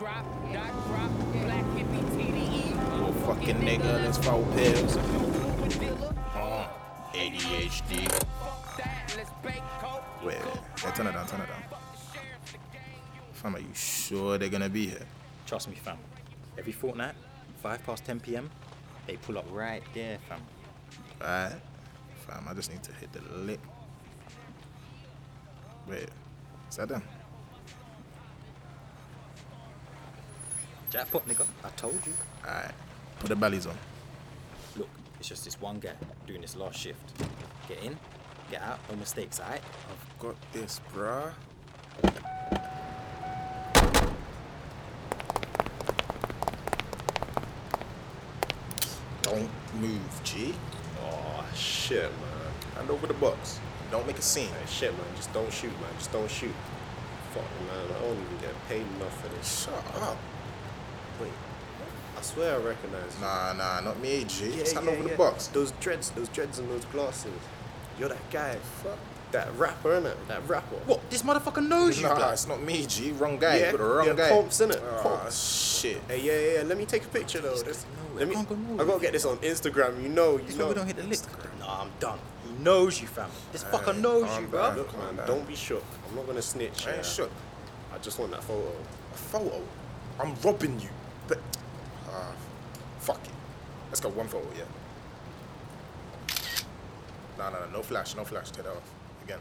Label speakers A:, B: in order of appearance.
A: Drop, dot, drop, black hippie E. TDE.
B: Little fucking nigga, that's four pills.
A: Uber dealer,
B: Mm, ADHD.
A: fuck that, let's bake coke.
B: Wait, yeah, turn it down, turn it down. Fam, are you sure they're gonna be here?
C: Trust me, fam. Every fortnight, 5 past 10 pm, they pull up right there, fam.
B: Alright. Fam, I just need to hit the lick. Wait, is that them?
C: Jackpot, nigga. I told you.
B: Alright, put the bellies on.
C: Look, it's just this one guy doing this last shift. Get in, get out, no mistakes, alright?
B: I've got this, bruh. Don't move, G.
D: Oh shit, man.
B: Hand over the box. Don't make a scene.
D: Hey, shit, man. Just don't shoot, man. Just don't shoot. Fuck, man. I don't even get paid enough for this.
B: Shut up.
D: Wait, I swear I recognize you.
B: Nah, nah, not me, G.
D: Yeah,
B: Just hand
D: yeah,
B: over the
D: yeah.
B: box.
D: Those dreads, those dreads and those glasses. You're that guy. Fuck. That rapper, innit? That rapper.
C: What? This motherfucker knows you,
B: Nah,
C: blood.
B: it's not me, G. Wrong guy.
D: Yeah,
B: You got the wrong
D: yeah,
B: guy.
D: Pomps, innit?
B: Ah,
D: Pomps.
B: shit.
D: Hey, yeah, yeah, yeah. Let me take a picture though. This,
C: nowhere.
D: let me.
C: Can't go nowhere.
D: I gotta get this on Instagram. You know, you
C: This
D: know.
C: why we don't hit the lick. Nah, I'm done. He knows you, fam. This fucker knows
B: calm
C: you, bro.
B: down.
D: Look, man. Don't be shook. I'm not gonna snitch.
B: I ain't
D: yeah.
B: shook.
D: I just want that photo.
B: A photo. I'm robbing you. But. Ah, fuck it. Let's go one photo, yeah. Nah, nah, nah. No flash, no flash. Take that off. Again.